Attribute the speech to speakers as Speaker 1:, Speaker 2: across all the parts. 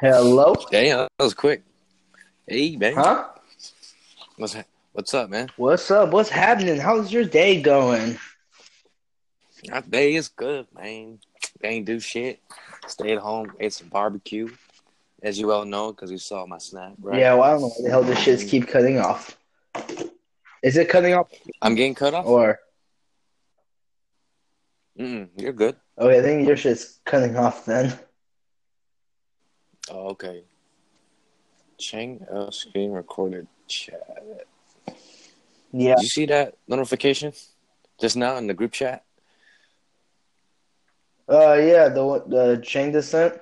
Speaker 1: Hello?
Speaker 2: Damn, that was quick. Hey, man.
Speaker 1: Huh?
Speaker 2: What's, what's up, man?
Speaker 1: What's up? What's happening? How's your day going?
Speaker 2: My day is good, man. They ain't do shit. Stay at home, ate some barbecue, as you all know, because you saw my snap, right?
Speaker 1: Yeah, well, I don't know why the hell this
Speaker 3: Mm.
Speaker 1: shit's keep cutting off. Is it cutting off
Speaker 2: I'm getting cut off.
Speaker 1: or
Speaker 2: Mm-mm, you're good.
Speaker 1: okay? I think your shit's cutting off then.
Speaker 2: Oh, okay. Chang uh, screen recorded chat.
Speaker 1: Yeah.
Speaker 2: Did you see that notification just now in the group chat?
Speaker 1: Uh, yeah. The one- the chain descent.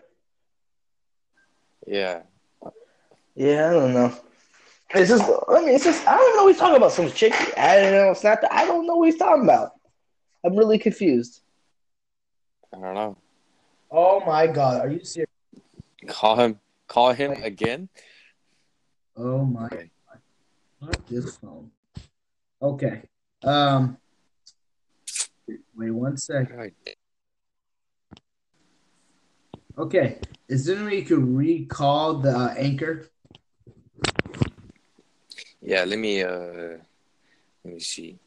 Speaker 2: Yeah.
Speaker 1: Yeah, I don't know. It's just. I mean, it's just. I don't know. He's talking about some chick adding it on Snap. I don't know what he's talking about. I'm really confused.
Speaker 2: I don't know.
Speaker 3: Oh my god, are you serious?
Speaker 2: Call him. Call him again.
Speaker 3: Oh my
Speaker 2: Okay.
Speaker 3: god. Fuck this phone. Okay. Um wait one second. Okay. Is there any way you could recall the uh, anchor?
Speaker 2: Yeah. Let me. uh Let me see.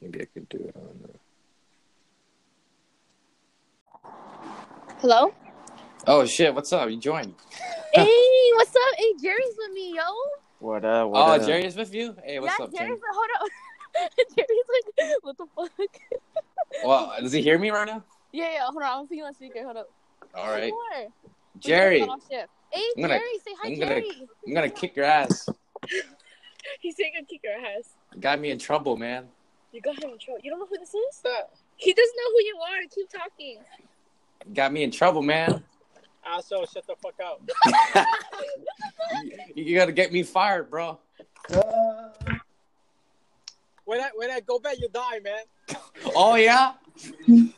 Speaker 2: Maybe I could do it on. Uh,
Speaker 4: Hello?
Speaker 2: Oh shit! What's up? You joined?
Speaker 4: hey, what's up? Hey, Jerry's with me, yo.
Speaker 5: What up? What
Speaker 2: Oh,
Speaker 5: up?
Speaker 2: Jerry's with you. Hey, what's
Speaker 4: yeah,
Speaker 2: up, Jerry?
Speaker 4: Jerry's like, hold up. Jerry's like, what the fuck?
Speaker 2: Well, does he hear me right now?
Speaker 4: Yeah, yeah, hold on. I'm putting you on speaker. Hold up.
Speaker 2: All right,
Speaker 4: Sure. We just
Speaker 2: Jerry.
Speaker 4: got off shift. Hey,
Speaker 2: I'm gonna-
Speaker 4: Jerry, say hi,
Speaker 2: I'm gonna-
Speaker 4: Jerry.
Speaker 2: I'm gonna kick your ass.
Speaker 4: He's saying gonna kick your ass.
Speaker 2: Got me in trouble, man.
Speaker 4: You got him in trouble. You don't know who this is? He doesn't know who you are. Keep talking.
Speaker 2: Got me in trouble, man.
Speaker 5: Also, shut the fuck up.
Speaker 2: you, you gotta get me fired, bro.
Speaker 5: When I when I go back, you die, man.
Speaker 2: Oh yeah,
Speaker 5: You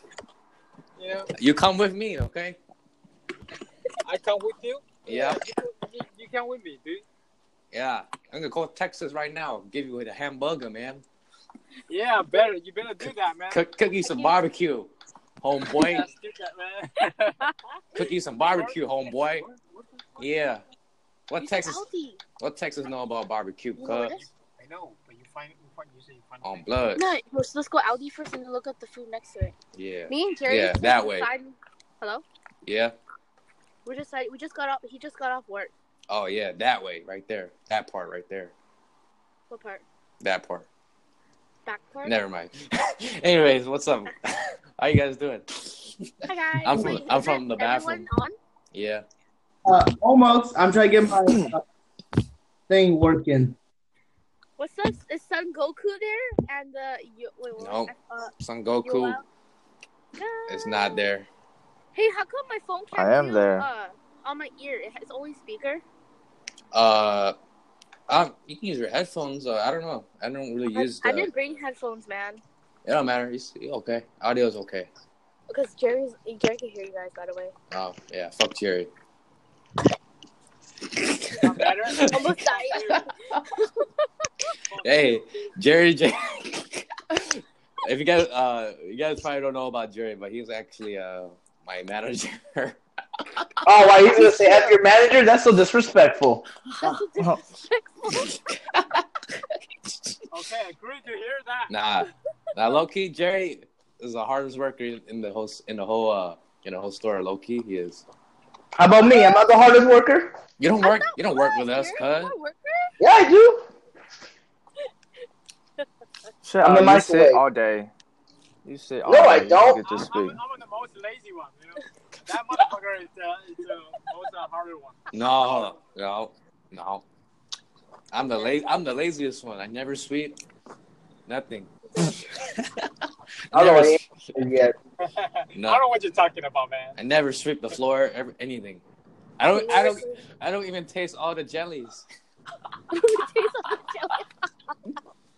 Speaker 5: know,
Speaker 2: you come with me, okay?
Speaker 5: I come with you.
Speaker 2: Yeah,
Speaker 5: You, you come with me, dude.
Speaker 2: yeah. I'm gonna call Texas right now. Give you a hamburger, man.
Speaker 5: Yeah, better. You better do that, man.
Speaker 2: Cook, cook you some barbecue, homeboy.
Speaker 5: Yes, do that, man.
Speaker 2: Cook you some barbecue, homeboy. Yeah. What
Speaker 4: He's
Speaker 2: Texas?
Speaker 4: healthy.
Speaker 2: What Texas know about barbecue?
Speaker 4: You know
Speaker 2: Cuz
Speaker 4: this?
Speaker 5: I know, but you find you find you say you find.
Speaker 2: on blood.
Speaker 4: No, let's, let's go Aldi first and look up the food next to it.
Speaker 2: Yeah.
Speaker 4: Me and Jerry.
Speaker 2: Yeah,
Speaker 4: just
Speaker 2: that way.
Speaker 4: decided- Hello.
Speaker 2: Yeah.
Speaker 4: We just like we just got off. He just got off work.
Speaker 2: Oh yeah, that way, right there. That part right there.
Speaker 4: What part?
Speaker 2: That part.
Speaker 4: Back part.
Speaker 2: Never mind. Anyways, what's up? How you guys doing?
Speaker 4: Hi guys.
Speaker 2: I'm from- I'm
Speaker 4: is
Speaker 2: from the
Speaker 4: it everyone On?
Speaker 2: Yeah.
Speaker 3: Uh almost. I'm trying to get my uh, thing working.
Speaker 4: What's up? Is Son Goku there? And uh, yo- wait, what?
Speaker 2: No.
Speaker 4: Uh,
Speaker 2: Son Goku
Speaker 4: Yoel?
Speaker 2: is not there.
Speaker 4: Hey, how come my phone can't?
Speaker 5: I am
Speaker 4: do,
Speaker 5: there.
Speaker 4: Uh, on my ear, It- it's only speaker.
Speaker 2: Uh um, you can use your headphones. Uh, I don't know. I don't really
Speaker 4: I,
Speaker 2: use the.
Speaker 4: I didn't bring headphones, man,
Speaker 2: It don't matter. It's okay. Audio's okay.
Speaker 4: because Jerry's Jerry can hear you guys. By the way,
Speaker 2: Oh yeah. Fuck Jerry.
Speaker 5: Better.
Speaker 4: almost died.
Speaker 2: hey, Jerry. Jerry. if you guys, uh, you guys probably don't know about Jerry, but he's actually uh my manager.
Speaker 1: Oh, why you gonna say F your manager? That's so disrespectful.
Speaker 4: That's so disrespectful.
Speaker 5: Okay, I agree to hear that.
Speaker 2: Nah, nah. Low key, Jerry is the hardest worker in the whole in the whole uh in the whole store. Low key, he is.
Speaker 1: How about me? Am I the hardest worker?
Speaker 2: You don't work. You don't work with
Speaker 4: What?
Speaker 2: us,
Speaker 4: Jerry,
Speaker 2: cuz.
Speaker 4: you wanna work?
Speaker 1: Yeah, I do.
Speaker 5: Shut
Speaker 1: I'm the
Speaker 5: you sit
Speaker 1: microwave.
Speaker 5: all day. You sit all
Speaker 1: No,
Speaker 5: day.
Speaker 1: I
Speaker 5: You
Speaker 1: don't.
Speaker 5: get to
Speaker 6: I'm,
Speaker 5: speak.
Speaker 6: I'm, I'm the most lazy one. You know? That motherfucker is the is the most uh, harder one.
Speaker 2: No, no, no. I'm the la- I'm the laziest one. I never sweep. Nothing.
Speaker 1: I don't
Speaker 2: never,
Speaker 1: know yet.
Speaker 2: No.
Speaker 6: I don't know what you're talking about, man.
Speaker 2: I never sweep the floor. Ever, anything. I don't. I don't. I don't even taste all the jellies.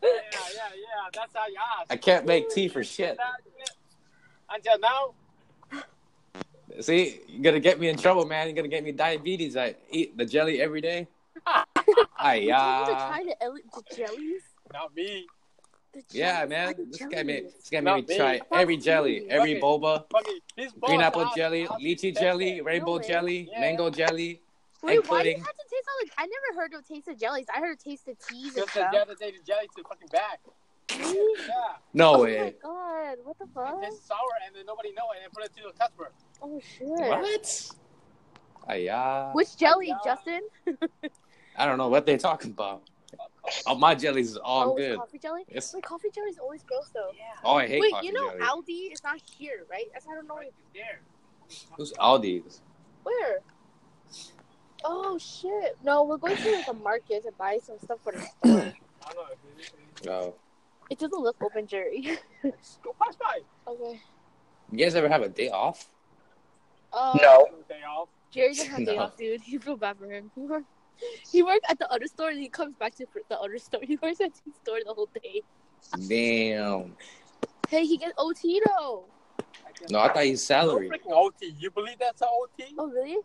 Speaker 6: Yeah, yeah, yeah. That's how you ask.
Speaker 2: I can't make tea for shit.
Speaker 6: That- yeah. Until now,
Speaker 2: See, you're gonna get me in trouble, man. You're gonna get me diabetes. I eat the jelly every day. Ay,
Speaker 4: Would you
Speaker 2: uh,
Speaker 4: try the, ele- the jellies?
Speaker 6: not me.
Speaker 4: The jellies?
Speaker 2: yeah, man.
Speaker 4: Why the
Speaker 2: This guy made
Speaker 4: jellies?
Speaker 2: this guy
Speaker 6: Not
Speaker 2: made me
Speaker 6: me.
Speaker 2: try every
Speaker 4: Fuck
Speaker 2: jelly,
Speaker 4: you.
Speaker 2: every
Speaker 6: Okay.
Speaker 2: boba,
Speaker 6: Fucking, this boss
Speaker 2: green apple
Speaker 6: asked-
Speaker 2: jelly,
Speaker 6: asked me
Speaker 2: lychee
Speaker 6: to
Speaker 2: jelly,
Speaker 6: take
Speaker 2: rainbow
Speaker 4: way.
Speaker 2: jelly,
Speaker 6: Yeah.
Speaker 2: mango jelly.
Speaker 4: Wait, why do you
Speaker 2: Including-
Speaker 4: have to taste all the? I never heard of taste of jellies. I heard of taste of teas and
Speaker 6: Just
Speaker 4: stuff.
Speaker 6: the other day, the jelly to the fucking back.
Speaker 4: Really?
Speaker 6: Yeah,
Speaker 2: No
Speaker 4: Oh my
Speaker 2: way.
Speaker 4: god! What the fuck?
Speaker 6: it's sour and then nobody know it and put it to the customer.
Speaker 4: Oh shit!
Speaker 2: What? Aya.
Speaker 4: Which jelly,
Speaker 6: Yeah.
Speaker 4: Justin?
Speaker 2: I don't know what they're talking about. Oh, my jellies is all
Speaker 4: oh, it's
Speaker 2: good.
Speaker 4: coffee jelly.
Speaker 2: It's
Speaker 4: Wait, coffee jelly is always gross though.
Speaker 2: oh, I hate
Speaker 4: Wait,
Speaker 2: coffee
Speaker 4: you know
Speaker 2: jelly.
Speaker 4: Aldi is not here, right? That's I don't know
Speaker 6: Right there.
Speaker 2: Who's Aldi's?
Speaker 4: where. Oh shit! No, we're going to like a market to buy some stuff for the store.
Speaker 6: I don't know. if it- it-
Speaker 2: Oh.
Speaker 4: It doesn't look open, Jerry.
Speaker 6: It's go pass by.
Speaker 4: okay.
Speaker 2: You guys ever have a day off?
Speaker 4: Um,
Speaker 1: No.
Speaker 6: Day off.
Speaker 4: Jerry didn't have day
Speaker 2: No.
Speaker 4: off, dude. You feel bad for him. He worked, he worked at the other store and he comes back to the other store. He works at the store the whole day.
Speaker 2: Damn.
Speaker 4: Hey, he gets OT though.
Speaker 6: guess.
Speaker 2: No, I thought he's
Speaker 6: No
Speaker 2: salary.
Speaker 6: freaking OT. You believe that's an OT?
Speaker 4: Oh really?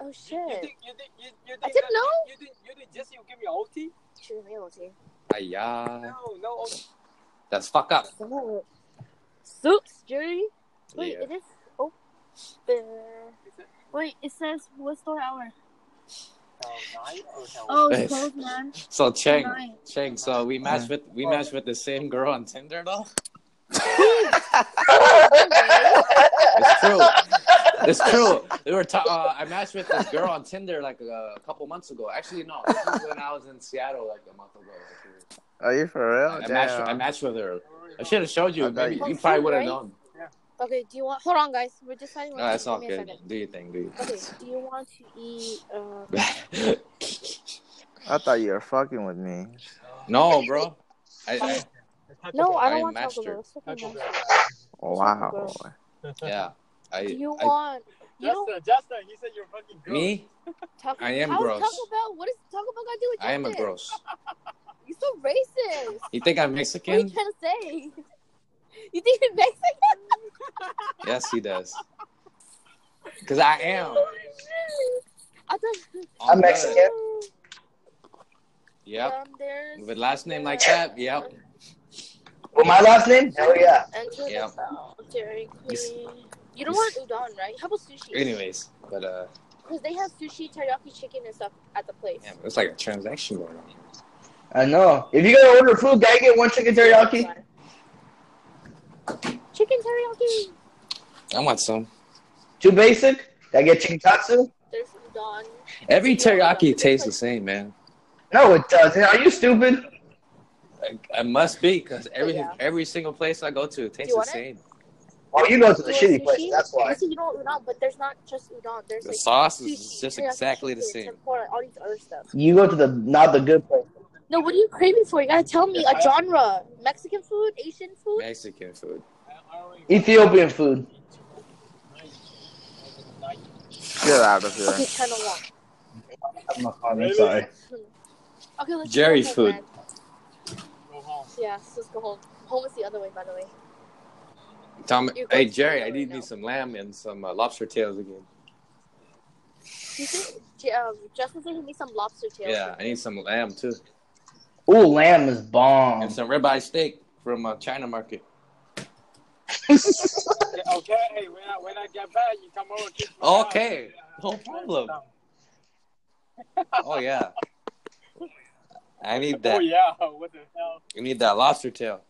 Speaker 4: Oh
Speaker 6: You
Speaker 4: shit!
Speaker 6: think you think you, you think
Speaker 4: I didn't
Speaker 6: that-
Speaker 4: know.
Speaker 6: You think you think Jesse will give me an OT?
Speaker 4: Should have made OT.
Speaker 2: Aya.
Speaker 6: No, no OT.
Speaker 2: That's fuck up.
Speaker 4: So- Soups, Jerry. Wait,
Speaker 2: Yeah.
Speaker 4: it is open. Wait, it says what store hour?
Speaker 6: Oh, nine? Oh, no.
Speaker 4: Oh,
Speaker 2: it's
Speaker 4: it's
Speaker 2: Yes.
Speaker 4: closed,
Speaker 2: closed,
Speaker 4: man.
Speaker 2: So Cheng,
Speaker 4: Nine.
Speaker 2: Cheng. So we matched with
Speaker 4: Oh.
Speaker 2: we matched with the same girl on Tinder though. It's true. It's true. We were ta- uh, I matched with this girl on Tinder like uh, a, couple months ago. Actually, no, this was when I was in Seattle like a month ago.
Speaker 7: Are you for real?
Speaker 2: I, I
Speaker 7: Oh, Damn.
Speaker 2: matched. I matched with her. I should have showed you.
Speaker 7: I bet
Speaker 2: Maybe
Speaker 7: you-
Speaker 2: you probably would have known.
Speaker 4: Okay, do you want? Hold on, guys. We're deciding.
Speaker 2: No, that's
Speaker 4: Give
Speaker 2: not
Speaker 4: me a
Speaker 2: good.
Speaker 4: second.
Speaker 2: Do you think? Do
Speaker 4: Okay, do you want to eat? Um...
Speaker 2: you?
Speaker 7: I thought you were fucking with me.
Speaker 2: no, bro. I, I,
Speaker 4: No, I
Speaker 2: I
Speaker 4: don't
Speaker 2: am
Speaker 4: want Taco
Speaker 2: master.
Speaker 4: Bell. It's fucking
Speaker 6: Taco
Speaker 4: nasty.
Speaker 7: Wow.
Speaker 2: yeah. I,
Speaker 4: Do you
Speaker 2: I-
Speaker 4: want? You
Speaker 6: Justin,
Speaker 4: don't
Speaker 6: Justin, he said you're fucking good.
Speaker 2: me.
Speaker 4: Taco.
Speaker 2: I am
Speaker 4: How's
Speaker 2: gross.
Speaker 4: Taco Bell? What is Taco Bell got to do with
Speaker 2: I am a
Speaker 4: Justin?
Speaker 2: gross.
Speaker 4: You're so racist.
Speaker 2: You think I'm
Speaker 4: What are you
Speaker 2: Mexican?
Speaker 4: trying to say? You think you're Mexican?
Speaker 2: Yes, he does. Cause I am.
Speaker 4: Oh, I thought.
Speaker 1: I'm Mexican.
Speaker 2: Yep.
Speaker 4: Um, there's
Speaker 2: With last name like that. Yep.
Speaker 1: Well, my last name? Hell yeah.
Speaker 4: Enter
Speaker 2: Yeah.
Speaker 4: the bell, Jerry
Speaker 2: Yes.
Speaker 4: Queen. You don't want udon, right? How about sushi?
Speaker 2: Anyways, but uh,
Speaker 4: Because they have sushi, teriyaki chicken, and stuff at the place.
Speaker 2: yeah, it's like a transaction going on.
Speaker 1: I know. If you gotta order food, gotta get one chicken teriyaki.
Speaker 4: Chicken teriyaki.
Speaker 2: I want some.
Speaker 1: Too basic. Gotta get chicken katsu.
Speaker 4: There's udon.
Speaker 2: Every teriyaki tastes the same, man.
Speaker 1: No, it doesn't. Are you stupid?
Speaker 2: I, I must be because every
Speaker 4: Oh, Yeah.
Speaker 2: every single place I go to it tastes the
Speaker 4: want it?
Speaker 2: same.
Speaker 1: Oh, you go to
Speaker 4: You
Speaker 1: the
Speaker 4: want
Speaker 1: shitty
Speaker 4: sushi?
Speaker 1: place. That's why.
Speaker 4: Actually, you don't want udon, but there's not just udon. There's
Speaker 2: The
Speaker 4: like
Speaker 2: sauce
Speaker 4: sushi,
Speaker 2: is just
Speaker 4: teriyaki
Speaker 2: exactly the
Speaker 4: chicken,
Speaker 2: same.
Speaker 4: tempura, all these other stuff.
Speaker 1: You go to the not the good place.
Speaker 4: No, what are you craving for? You gotta tell me a genre. Mexican food, Asian food.
Speaker 2: Mexican food.
Speaker 6: I already
Speaker 1: Ethiopian food.
Speaker 7: Get out of
Speaker 4: Okay,
Speaker 7: here.
Speaker 4: China walk.
Speaker 1: I'm not fine, I'm
Speaker 6: Really?
Speaker 1: sorry.
Speaker 4: Hmm. Okay, let's
Speaker 2: Jerry
Speaker 4: go home,
Speaker 2: food.
Speaker 4: man.
Speaker 6: go home.
Speaker 4: Yeah, let's just go home. Home is the other way, by the way.
Speaker 2: Tom,
Speaker 4: You're
Speaker 2: hey
Speaker 4: going to
Speaker 2: Jerry,
Speaker 4: Taco
Speaker 2: I
Speaker 4: Bell
Speaker 2: need
Speaker 4: right
Speaker 2: me
Speaker 4: now.
Speaker 2: some lamb and some uh, lobster tails again.
Speaker 4: You think, J- um, Justin said he needs some lobster tails.
Speaker 2: Yeah, I need some lamb too
Speaker 1: Ooh, lamb is bomb.
Speaker 2: and some ribeye steak from uh, China Market.
Speaker 6: Okay, okay, hey, when I, when I get back, you come over. kiss my ass.
Speaker 2: Okay, no problem. Oh yeah, I need
Speaker 6: Oh
Speaker 2: that.
Speaker 6: yeah, what the hell?
Speaker 2: You need that lobster tail.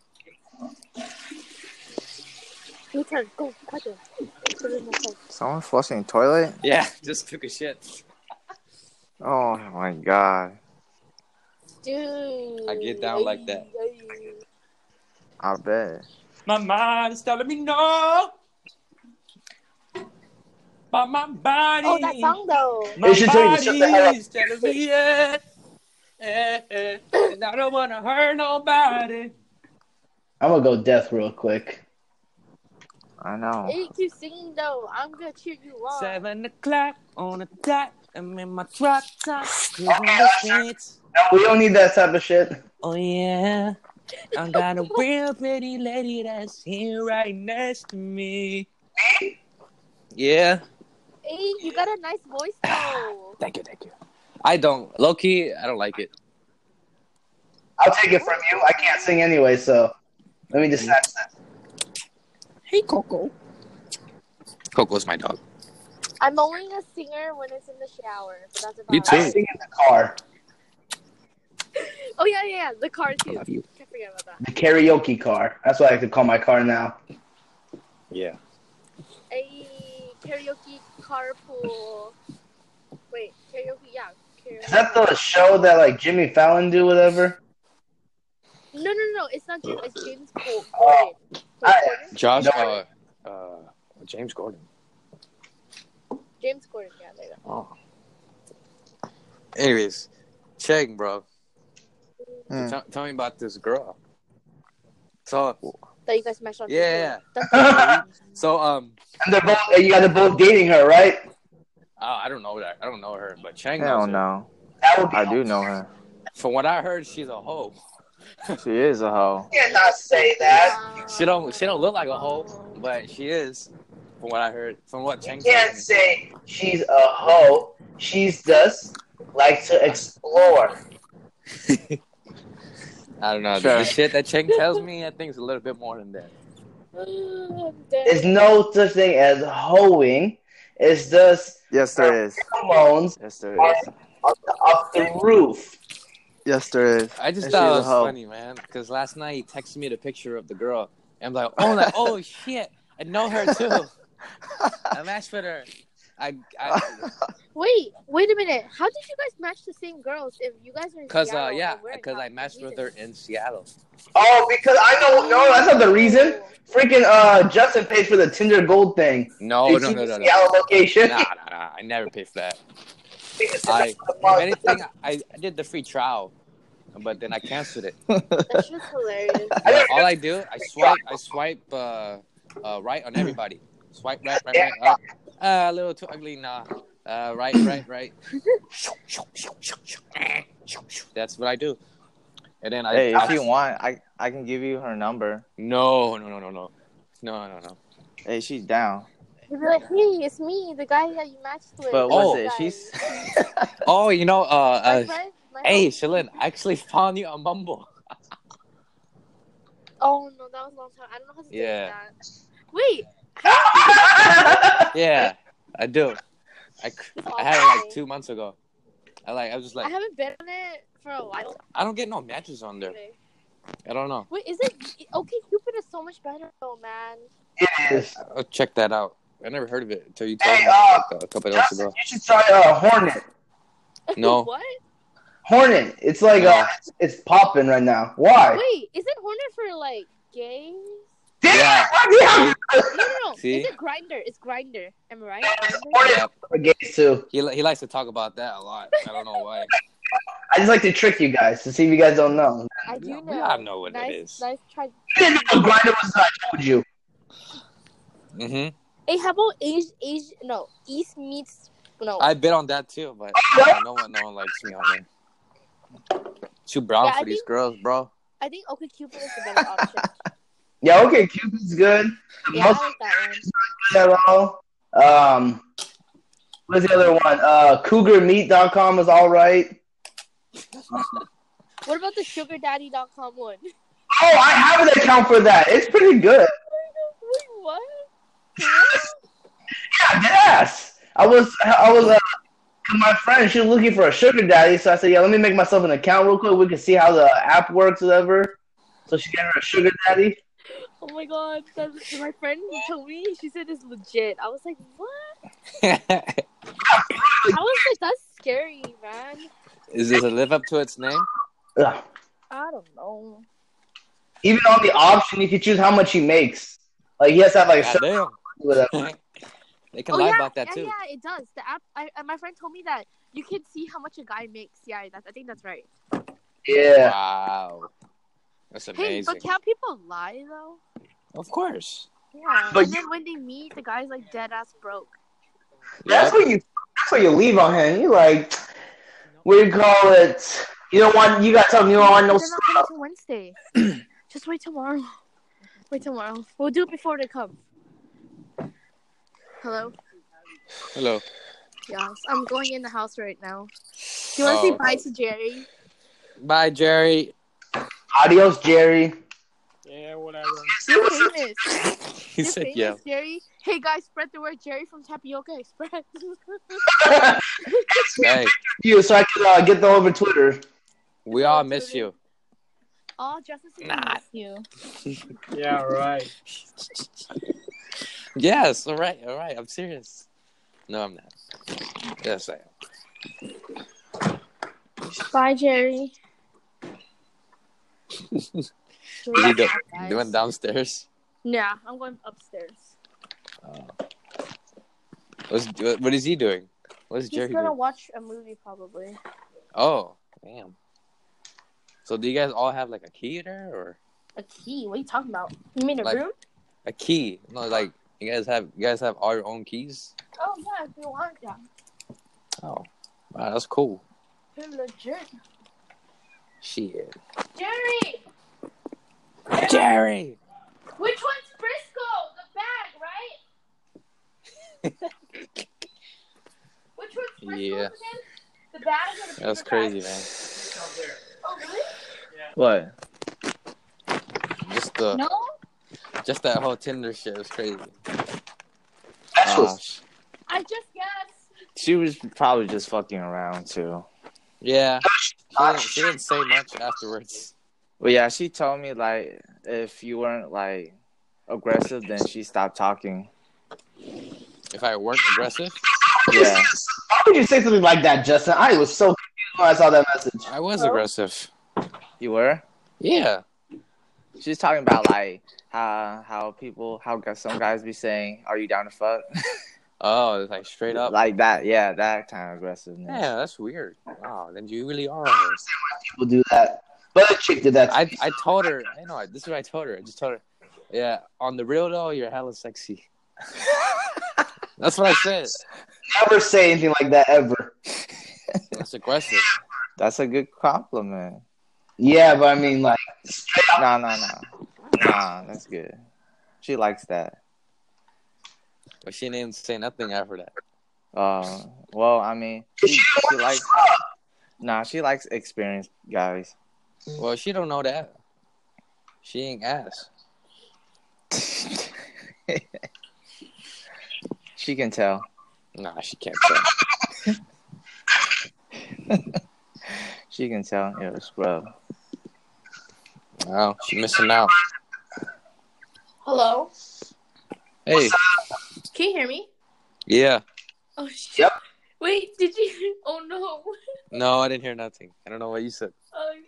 Speaker 4: Your turn. Go, quicker. There's no time.
Speaker 7: Someone flushing toilet?
Speaker 2: Yeah, just took a shit.
Speaker 7: Oh my god.
Speaker 4: Dude.
Speaker 2: I get down
Speaker 4: ay,
Speaker 2: like that.
Speaker 4: ay.
Speaker 7: I bet.
Speaker 2: My mind is telling me no, but my body.
Speaker 4: Oh, that song though.
Speaker 1: They should tell you to shut the hell up.
Speaker 2: body's telling me yes, eh, eh, and I don't wanna hurt nobody.
Speaker 1: I'm gonna go death real quick.
Speaker 7: I know.
Speaker 4: Hey, keep singing though. I'm gonna cheer you on.
Speaker 2: Seven o'clock on the dot. I'm in my drop top, cruising the streets.
Speaker 1: No, we don't need that type of shit.
Speaker 2: Oh yeah, I got a real pretty lady that's here right next to me. Yeah.
Speaker 4: Hey, you got a nice voice though.
Speaker 2: Thank you, thank you. I don't, low key, I don't like it.
Speaker 1: I'll take it from you. I can't sing anyway, so let me just snatch that.
Speaker 2: Coco's my dog.
Speaker 4: I'm only a singer when it's in the shower. But that's about
Speaker 2: Me
Speaker 1: I
Speaker 2: too.
Speaker 4: It.
Speaker 1: sing in the car,
Speaker 4: Oh yeah, yeah, yeah, the car too.
Speaker 2: love you.
Speaker 4: I forget about that.
Speaker 1: the karaoke car. That's what I like to call my car now.
Speaker 2: Yeah.
Speaker 4: A karaoke carpool. Wait, karaoke? Yeah, karaoke.
Speaker 1: Is that the show that like Jimmy Fallon do whatever?
Speaker 4: No, no, no, it's not James. It's James Corden.
Speaker 1: Oh.
Speaker 4: Wait,
Speaker 1: I-
Speaker 4: Corden?
Speaker 2: Josh,
Speaker 1: No.
Speaker 2: uh, uh, James Gordon.
Speaker 4: James Corden. Yeah, there you
Speaker 2: Oh. Anyways, Chang, bro.
Speaker 7: Hmm.
Speaker 2: Tell, tell me about this girl. So
Speaker 4: go. That you guys smashed on.
Speaker 2: yeah,
Speaker 4: people. That's-
Speaker 1: and
Speaker 2: so um,
Speaker 1: they're both you guys are both dating her, right?
Speaker 2: I I don't know that I don't know her, but Chang
Speaker 7: Hell
Speaker 2: knows her.
Speaker 7: no.
Speaker 1: That would be
Speaker 7: I do know her.
Speaker 2: From what I heard, she's a hoe.
Speaker 7: She is a hoe.
Speaker 1: You cannot say that.
Speaker 4: Wow.
Speaker 2: She don't she don't look like a hoe, but she is. From what I heard, from what Chang
Speaker 1: You
Speaker 2: told
Speaker 1: can't
Speaker 2: me.
Speaker 1: say she's a hoe. She's just like to explore.
Speaker 2: I don't know.
Speaker 7: Sure.
Speaker 2: The shit that Chang tells me, I think it's a little bit more than that.
Speaker 4: I'm dead.
Speaker 1: There's no such thing as hoeing. It's just
Speaker 7: Yes, there is.
Speaker 1: hormones
Speaker 7: Yes, there
Speaker 1: are
Speaker 7: is.
Speaker 1: up the, up the roof.
Speaker 7: Yes, there is.
Speaker 2: I just thought
Speaker 7: And she's
Speaker 2: it
Speaker 7: a
Speaker 2: was
Speaker 7: hoe.
Speaker 2: funny, man, because last night he texted me the picture of the girl, and I'm like, oh, like, oh shit, I know her too. I matched with her. I, I
Speaker 4: Wait, wait a minute. How did you guys match the same girls if you guys are in
Speaker 2: cause
Speaker 4: Seattle
Speaker 2: uh
Speaker 4: and
Speaker 2: yeah,
Speaker 4: we're in
Speaker 2: cause I
Speaker 4: California?
Speaker 2: matched with her in Seattle.
Speaker 1: Oh, because I know. No, that's not the reason. Freaking uh, Justin paid for the Tinder Gold thing.
Speaker 2: No,
Speaker 1: They
Speaker 2: Oh, no,
Speaker 1: see
Speaker 2: no,
Speaker 1: the
Speaker 2: no, no,
Speaker 1: Seattle
Speaker 2: nah,
Speaker 1: location.
Speaker 2: nah, nah. I never paid for that.
Speaker 1: Because
Speaker 2: I,
Speaker 1: it's a
Speaker 2: if
Speaker 1: month.
Speaker 2: anything, I, I did the free trial, but then I canceled it.
Speaker 4: That's just hilarious.
Speaker 2: But all I do, I swipe, I swipe uh, uh, right on everybody. Swipe right, right, right. Up. Uh, a little too ugly, nah. Uh, right, right, right. That's what I do. And then I,
Speaker 7: Hey,
Speaker 2: I
Speaker 7: if you want, I I can give you her number.
Speaker 2: no, no, no, no, no, no, no, no.
Speaker 7: Hey, she's down.
Speaker 4: You'd be like, hey, it's me, the guy that you matched with.
Speaker 7: But
Speaker 2: Oh.
Speaker 7: what's it?
Speaker 4: Guy.
Speaker 7: She's
Speaker 2: Oh, you know,
Speaker 4: My
Speaker 2: uh, uh
Speaker 4: friend- my
Speaker 2: hey,
Speaker 4: homie-
Speaker 2: Shalin, I actually found you on Bumble.
Speaker 4: Oh no, that was a long time. I don't know how to do
Speaker 2: Yeah.
Speaker 4: that. Wait,
Speaker 2: Yeah, I do. I, c- I had it like two months ago. I like, I was just
Speaker 4: I
Speaker 2: like,
Speaker 4: haven't been on it for a while.
Speaker 2: I don't get no matches on there.
Speaker 4: Wait,
Speaker 2: I don't know.
Speaker 4: is it okay? Cupid is so much better though, man.
Speaker 1: Yes.
Speaker 2: I'll check that out. I never heard of it until you told
Speaker 1: Hey,
Speaker 2: me
Speaker 1: uh,
Speaker 2: like, a couple of days
Speaker 1: Justin,
Speaker 2: ago.
Speaker 1: you should try uh, Hornet.
Speaker 2: No.
Speaker 4: what?
Speaker 1: Hornet. It's like uh, it's popping right now. Why?
Speaker 4: Wait, is it Hornet for like gays?
Speaker 1: Damn,
Speaker 2: Yeah.
Speaker 1: why do you have
Speaker 4: No, no, no.
Speaker 2: See?
Speaker 4: Is it Grinder? It's Grinder. Am I right? Grindr?
Speaker 1: Hornet
Speaker 2: Yeah,
Speaker 1: for gays too?
Speaker 2: he li- he likes to talk about that a lot. I don't know why.
Speaker 1: I just like to trick you guys to see if you guys don't know.
Speaker 4: I do
Speaker 2: Yeah,
Speaker 4: know.
Speaker 2: we all know what it
Speaker 4: nice,
Speaker 2: is.
Speaker 4: Nice try.
Speaker 1: You didn't know Grinder was. I told you.
Speaker 2: Mm-hmm.
Speaker 4: Hey, how about Asia? Asia? No, East meets no.
Speaker 2: I bit on that too, but
Speaker 1: Oh,
Speaker 2: no, no one no one likes me on there. Too brown
Speaker 4: Yeah, I
Speaker 2: for these girls, bro.
Speaker 4: I think okay, Cupid is the better option.
Speaker 1: Yeah, okay, Cupid's good.
Speaker 4: Yeah, I like that one.
Speaker 1: Not all. Um, what's the other one? Uh, CougarMeat.com is all right.
Speaker 4: What about the SugarDaddy.com one? Wait,
Speaker 1: Oh, I have an account for that. It's pretty good.
Speaker 4: what?
Speaker 1: Yeah, yes. I was, I was, uh, my friend, she was looking for a sugar daddy, so I said, yeah, let me make myself an account real quick. We can see how the app works, whatever. So she got her a sugar daddy.
Speaker 4: Oh my god, that was- my friend told me she said it's legit. I was like, what? I was like, that's scary, man.
Speaker 2: Is this a live up to its name?
Speaker 1: Ugh.
Speaker 4: I don't know.
Speaker 1: Even on the option, you can choose how much he makes. Like, he has to have like a
Speaker 2: God
Speaker 1: sugar
Speaker 2: damn.
Speaker 1: whatever.
Speaker 2: They can lie
Speaker 4: Oh, yeah,
Speaker 2: about that
Speaker 4: yeah,
Speaker 2: too.
Speaker 4: yeah, it does. The app. I, uh, my friend told me that you can see how much a guy makes. Yeah, that, I think that's right.
Speaker 1: Yeah.
Speaker 2: Wow. That's
Speaker 4: Hey,
Speaker 2: amazing.
Speaker 4: but can people lie though?
Speaker 2: Of course.
Speaker 4: Yeah.
Speaker 1: But
Speaker 4: and then when they meet, the guy's like dead ass broke.
Speaker 1: That's what you. That's what you leave on him. You like, what do you call it? You don't want. You got something. You don't want no
Speaker 4: They're not coming
Speaker 1: stuff.
Speaker 4: till Wednesday. Just wait tomorrow. Wait tomorrow. We'll do it before they come. Hello.
Speaker 2: Hello.
Speaker 4: Yes, I'm going in the house right now. Do you want to
Speaker 2: Oh.
Speaker 4: say bye to Jerry?
Speaker 2: Bye, Jerry.
Speaker 1: Adios, Jerry.
Speaker 6: Yeah, whatever.
Speaker 4: You're famous.
Speaker 2: He He
Speaker 4: Your
Speaker 2: said,
Speaker 4: thing
Speaker 2: "Yeah."
Speaker 4: is Jerry. Hey guys, spread the word Jerry from Tapioca Express.
Speaker 2: Hey,
Speaker 1: you so I could uh, get them over Twitter.
Speaker 2: we all miss you.
Speaker 4: All justice is
Speaker 2: Nah.
Speaker 4: against you.
Speaker 6: Yeah, right.
Speaker 2: Yes, all right, all right. I'm serious. No, I'm not. Yes, I am.
Speaker 4: Bye, Jerry.
Speaker 2: You
Speaker 4: Jerry's
Speaker 2: go-
Speaker 4: off, guys.
Speaker 2: You went downstairs.
Speaker 4: Nah, I'm going upstairs.
Speaker 2: What's, what is he doing? What's
Speaker 4: He's
Speaker 2: Jerry
Speaker 4: gonna
Speaker 2: doing?
Speaker 4: watch a movie probably.
Speaker 2: Oh, damn. So do you guys all have like a key there or
Speaker 4: A key? What are you talking about? You mean a
Speaker 2: Like-
Speaker 4: room?
Speaker 2: a key? No, like you guys have you guys have all your own keys.
Speaker 4: Oh yeah, if you want that.
Speaker 2: Oh, wow, that's cool.
Speaker 4: You're legit.
Speaker 2: Shit,
Speaker 4: Jerry,
Speaker 2: Jerry.
Speaker 4: which one's Frisco? The bag, right? which one's Frisco's
Speaker 2: Yeah.
Speaker 4: again? The bag or the paper
Speaker 2: That's
Speaker 4: bag?
Speaker 2: crazy, man.
Speaker 4: Oh really?
Speaker 7: What?
Speaker 2: Just the
Speaker 4: No.
Speaker 2: just that whole Tinder shit was crazy.
Speaker 1: That's
Speaker 2: Uh,
Speaker 1: what-
Speaker 4: I just guessed.
Speaker 7: Oh, She was probably just fucking around too.
Speaker 2: yeah, she didn't, she didn't say much afterwards.
Speaker 7: Well, yeah, she told me like if you weren't like aggressive, then she stopped talking.
Speaker 2: If I weren't aggressive,
Speaker 7: Yeah.
Speaker 1: why would you say something like that, Justin? I was so confused when I saw that message.
Speaker 2: I was
Speaker 4: Oh.
Speaker 2: aggressive.
Speaker 7: You were?
Speaker 2: Yeah.
Speaker 7: She's talking about like how how people how gu- some guys be saying, "Are you down to fuck?"
Speaker 2: Oh, like straight up.
Speaker 7: like that. Yeah, that kind of aggressiveness.
Speaker 2: Yeah, that's weird. Wow, then you really are. a-
Speaker 1: People do that, but a chick did that. to
Speaker 2: I
Speaker 1: me.
Speaker 2: I told her. I know. This is what I told her. I just told her. Yeah, on the real though, you're hella sexy. That's what I said.
Speaker 1: never say anything like that ever.
Speaker 2: That's aggressive.
Speaker 7: That's a good compliment.
Speaker 1: Yeah, but I mean, like,
Speaker 7: No, no, no. Nah, that's good. She likes that.
Speaker 2: But she didn't say nothing after that.
Speaker 7: Uh, well, I mean, she, she likes. Nah, she likes experienced guys.
Speaker 2: Well, she don't know that. She ain't ass.
Speaker 7: She can tell.
Speaker 2: Nah, she can't tell.
Speaker 7: She can tell. Yo, scrub.
Speaker 2: No, she missing out.
Speaker 4: Hello.
Speaker 2: Hey,
Speaker 4: Can you hear me?
Speaker 2: yeah.
Speaker 4: Oh shit.
Speaker 1: Yep.
Speaker 4: Wait, did you? Oh no.
Speaker 2: No, I didn't hear nothing. I don't know what you said.
Speaker 4: Um,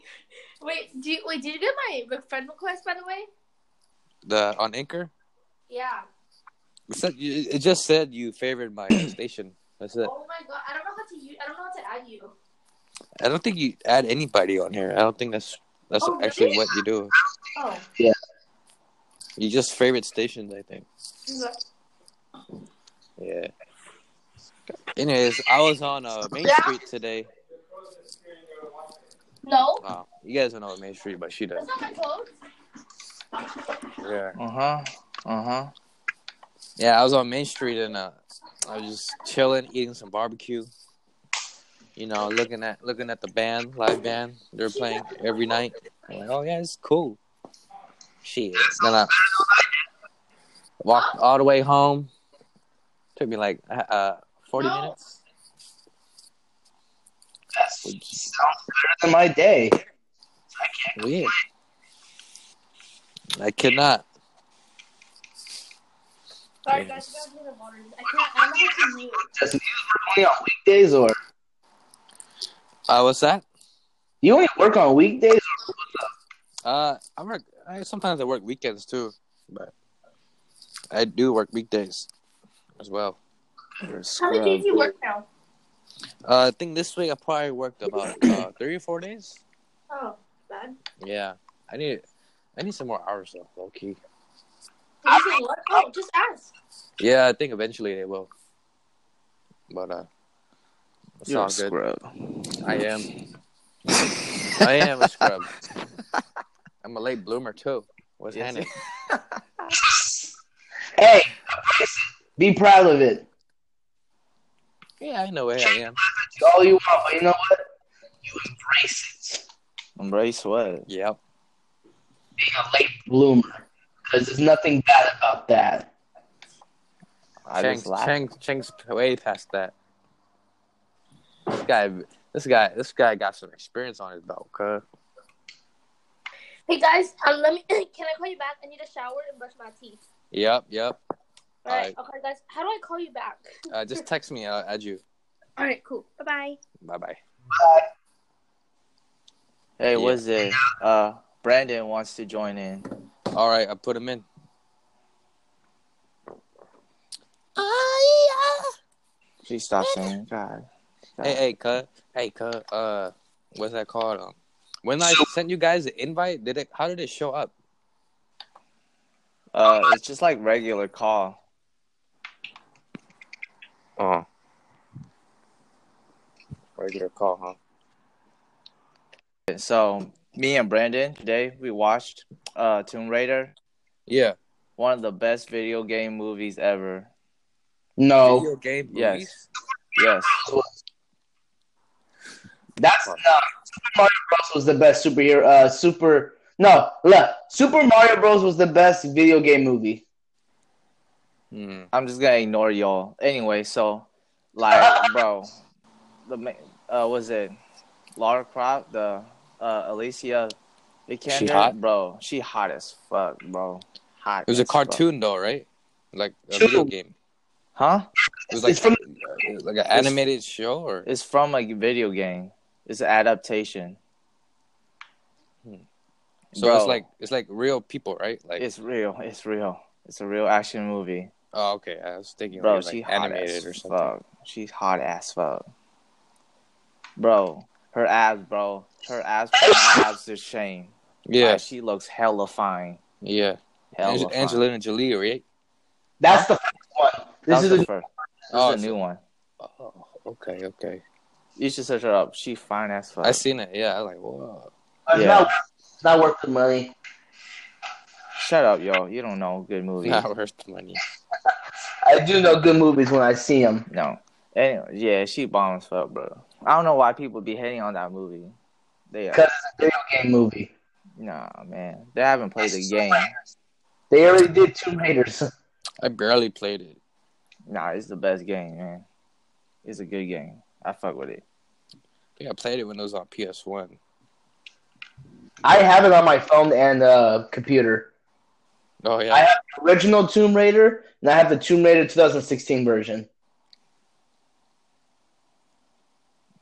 Speaker 4: wait, do you, wait, did you get my friend request by the way?
Speaker 2: The on anchor.
Speaker 4: Yeah.
Speaker 2: It, said, it just said you favored my station. That's it.
Speaker 4: Oh my god, I don't know how to use, I don't know how to add you.
Speaker 2: I don't think you add anybody on here. I don't think that's that's
Speaker 4: Oh,
Speaker 2: actually
Speaker 4: really?
Speaker 2: what you do.
Speaker 4: Oh.
Speaker 2: You just favorite stations, I think. Yeah. Anyways, I was on uh, Main
Speaker 4: Yeah.
Speaker 2: Street today.
Speaker 4: No.
Speaker 2: Wow, you guys don't know Main Street, but she
Speaker 4: That's
Speaker 2: does.
Speaker 4: not my clothes.
Speaker 2: Yeah.
Speaker 7: Uh huh. Uh huh.
Speaker 2: Yeah, I was on Main Street and uh, I was just chilling, eating some barbecue. You know, looking at looking at the band, live band they're playing every night. I'm like, oh yeah, it's cool. Shit. Then I walked all the way home. Took me like uh forty
Speaker 4: No.
Speaker 2: minutes.
Speaker 1: that sounds better than my day.
Speaker 2: Weird. I could not.
Speaker 4: Sorry guys, you gotta play the waters. I can't I don't know how to mute.
Speaker 1: Only on weekdays, or
Speaker 2: Uh, what's that?
Speaker 1: you only work on weekdays.
Speaker 2: Uh, I work. I, sometimes I work weekends too, but I do work weekdays as well. You're a
Speaker 4: How many
Speaker 2: scrub.
Speaker 4: days do you work now?
Speaker 2: Uh, I think this week I probably worked about uh, three or four days.
Speaker 4: Oh, bad.
Speaker 2: Yeah, I need I need some more hours though, low key.
Speaker 4: Did you say what? Oh, just ask.
Speaker 2: Yeah, I think eventually they will. But uh, it's
Speaker 7: You're
Speaker 2: all
Speaker 7: a
Speaker 2: good.
Speaker 7: scrub.
Speaker 2: I am. I am a scrub. I'm a late bloomer too. What's
Speaker 7: Yes,
Speaker 2: happening?
Speaker 1: Hey, embrace it. be proud of it.
Speaker 2: Yeah, I know where I am.
Speaker 1: It's all you want, but you know what? You embrace it.
Speaker 7: Embrace what?
Speaker 2: Yep.
Speaker 1: Being a late bloomer. because there's nothing bad about that.
Speaker 7: I
Speaker 2: Cheng's,
Speaker 7: just laugh.
Speaker 2: Cheng, Cheng's way past that. This guy, this guy, this guy got some experience on his belt. Okay?
Speaker 4: Hey guys, um, let me. Can I call you back? I need a shower and brush my teeth.
Speaker 2: Yep, yep.
Speaker 4: All right.
Speaker 2: Alright.
Speaker 4: Okay, guys. How do I call you back?
Speaker 2: Uh, just text me. I'll add you.
Speaker 4: All right. Cool. Bye bye.
Speaker 2: Bye bye.
Speaker 7: Hey,
Speaker 2: Yeah.
Speaker 7: what's this? Uh, Brandon wants to join in.
Speaker 2: All right, I put him in.
Speaker 7: Please stop saying God. God.
Speaker 2: Hey, hey, cut. Hey, cut. Uh, what's that called? Um, when I sent you guys the invite, did it? How did it show up?
Speaker 7: Uh, it's just like regular call.
Speaker 2: Oh. Regular call, huh?
Speaker 7: So me and Brandon today we watched uh Tomb Raider,
Speaker 2: Yeah.
Speaker 7: one of the best video game movies ever.
Speaker 1: No,
Speaker 2: Video game
Speaker 7: Yes.
Speaker 2: movies?
Speaker 7: Yes.
Speaker 1: that's not. Super Mario Bros was the best superhero. Uh, super no, look, Super Mario Bros was the best video game movie.
Speaker 2: Hmm.
Speaker 7: I'm just gonna ignore y'all. Anyway, so like, bro, the ma- uh, was it Lara Croft, the uh, Alicia Vikander,
Speaker 2: hot?
Speaker 7: bro? She hot as fuck, bro. Hot.
Speaker 2: It was a
Speaker 7: as fuck.
Speaker 2: cartoon, though, right? Like a
Speaker 1: True.
Speaker 2: video game.
Speaker 7: huh?
Speaker 2: It was
Speaker 1: It's
Speaker 2: like uh,
Speaker 1: from
Speaker 2: like an animated show, or
Speaker 7: It's from a video game. It's an adaptation.
Speaker 2: so
Speaker 7: Bro,
Speaker 2: it's like it's like real people, right? Like
Speaker 7: it's real. It's real. It's a real action movie,
Speaker 2: oh, okay. I was thinking
Speaker 7: bro.
Speaker 2: it was
Speaker 7: she
Speaker 2: like
Speaker 7: hot
Speaker 2: animated
Speaker 7: as
Speaker 2: or something.
Speaker 7: fuck. She's hot as fuck, bro. Her abs, bro. Her abs, put my abs to shame.
Speaker 2: Yeah,
Speaker 7: Like, she looks hella fine.
Speaker 2: yeah.
Speaker 7: Hella
Speaker 2: Ange-
Speaker 7: fine.
Speaker 2: Angelina Jolie, right?
Speaker 1: that's the first one.
Speaker 7: That
Speaker 1: This
Speaker 7: was
Speaker 1: is
Speaker 7: the
Speaker 1: a,
Speaker 7: first. This
Speaker 2: Oh,
Speaker 7: is a
Speaker 2: so-
Speaker 7: new one.
Speaker 2: Oh, okay, okay.
Speaker 7: You should search her up. She fine as fuck.
Speaker 2: I seen it. Yeah, I was like whoa.
Speaker 1: it's,
Speaker 7: yeah.
Speaker 1: not, it's not worth the money.
Speaker 7: Shut up, yo. You don't know good movies.
Speaker 2: Not worth the money.
Speaker 1: I do know good movies when I see them.
Speaker 7: No. Anyway, yeah, she bomb as fuck, bro. I don't know why people be hating on that movie. They
Speaker 1: Cause it's a video game movie.
Speaker 7: nah, man. They haven't played the game.
Speaker 1: They already did Tomb Raiders.
Speaker 2: I barely played it.
Speaker 7: Nah, it's the best game, man. It's a good game. I fuck with it.
Speaker 2: I think I played it when it was on PS One.
Speaker 1: I have it on my phone and uh, computer.
Speaker 2: Oh yeah.
Speaker 1: I have the original Tomb Raider, and I have the Tomb Raider 2016 version.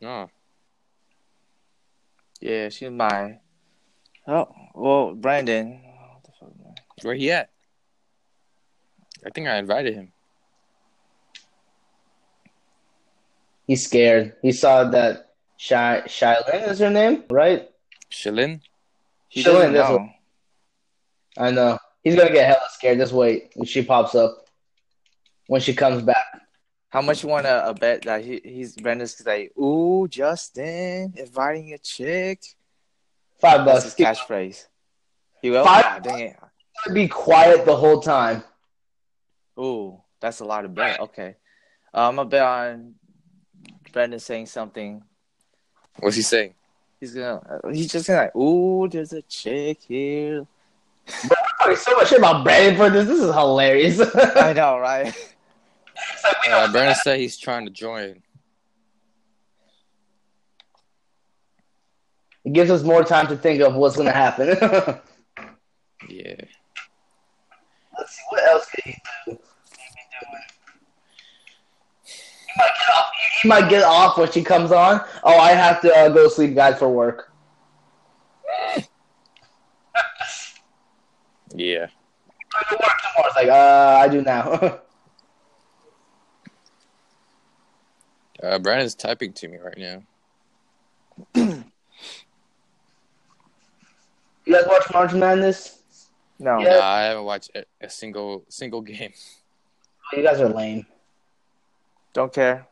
Speaker 2: No.
Speaker 7: Yeah, she's my. Oh, well, Brandon. What the fuck, man?
Speaker 2: Where he at? I think I invited him.
Speaker 1: He's scared. He saw that Shy Shylin is her name, right?
Speaker 2: Shilin.
Speaker 7: She
Speaker 1: Showing
Speaker 7: doesn't
Speaker 1: this
Speaker 7: know.
Speaker 1: one. I know. He's gonna get hella scared. Just wait when she pops up. When she comes back.
Speaker 7: How much you want to uh, bet that he, he's Brandon's like, ooh, Justin, inviting a chick?
Speaker 1: Five bucks.
Speaker 7: That's his
Speaker 1: He's
Speaker 7: catchphrase. He will?
Speaker 1: Five-
Speaker 7: Ah, dang it.
Speaker 1: gonna be quiet the whole time.
Speaker 7: Ooh, that's a lot of bet. Okay. Uh, I'm going to bet on Brandon saying something.
Speaker 2: What's he saying?
Speaker 7: He's going to, he's just going to, like, ooh, there's a chick here.
Speaker 1: I'm talking so much shit about Brandon for this. This is hilarious.
Speaker 7: I know, right?
Speaker 2: Uh, Brandon said he's trying to join.
Speaker 1: it gives us more time to think of what's gonna happen. Let's
Speaker 2: Yeah.
Speaker 1: see what else could he do. He might get off when she comes on. Oh, I have to uh, go sleep, guys, for work.
Speaker 2: Yeah.
Speaker 1: I have to work tomorrow. It's like, uh, I do now.
Speaker 2: Uh, Brandon's typing to me right now.
Speaker 1: you guys watch March Madness?
Speaker 7: No.
Speaker 1: Yeah.
Speaker 2: Nah, I haven't watched a, a single single game.
Speaker 1: Oh, You guys are lame.
Speaker 7: Don't care.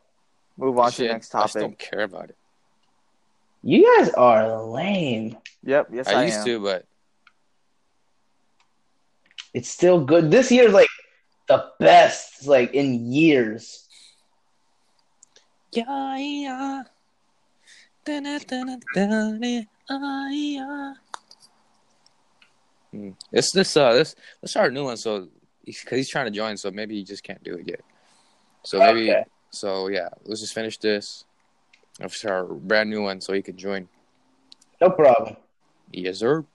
Speaker 7: Move on to
Speaker 2: Shit,
Speaker 7: the next
Speaker 2: I just
Speaker 7: topic.
Speaker 2: don't care about it.
Speaker 1: You guys are lame.
Speaker 7: Yep. Yes,
Speaker 2: I,
Speaker 7: I,
Speaker 2: used
Speaker 7: am.
Speaker 2: to, but
Speaker 1: It's still good. This year's like the best, like in years.
Speaker 2: yeah, yeah. Da-na-da-na-da-na, ah, yeah.
Speaker 7: Hmm.
Speaker 2: It's this uh this let's start a new one so because he's trying to join so maybe he just can't do it yet. So maybe
Speaker 7: Okay.
Speaker 2: so yeah let's just finish this. I'll start a brand new one so he can join.
Speaker 1: No problem.
Speaker 2: Yes sir.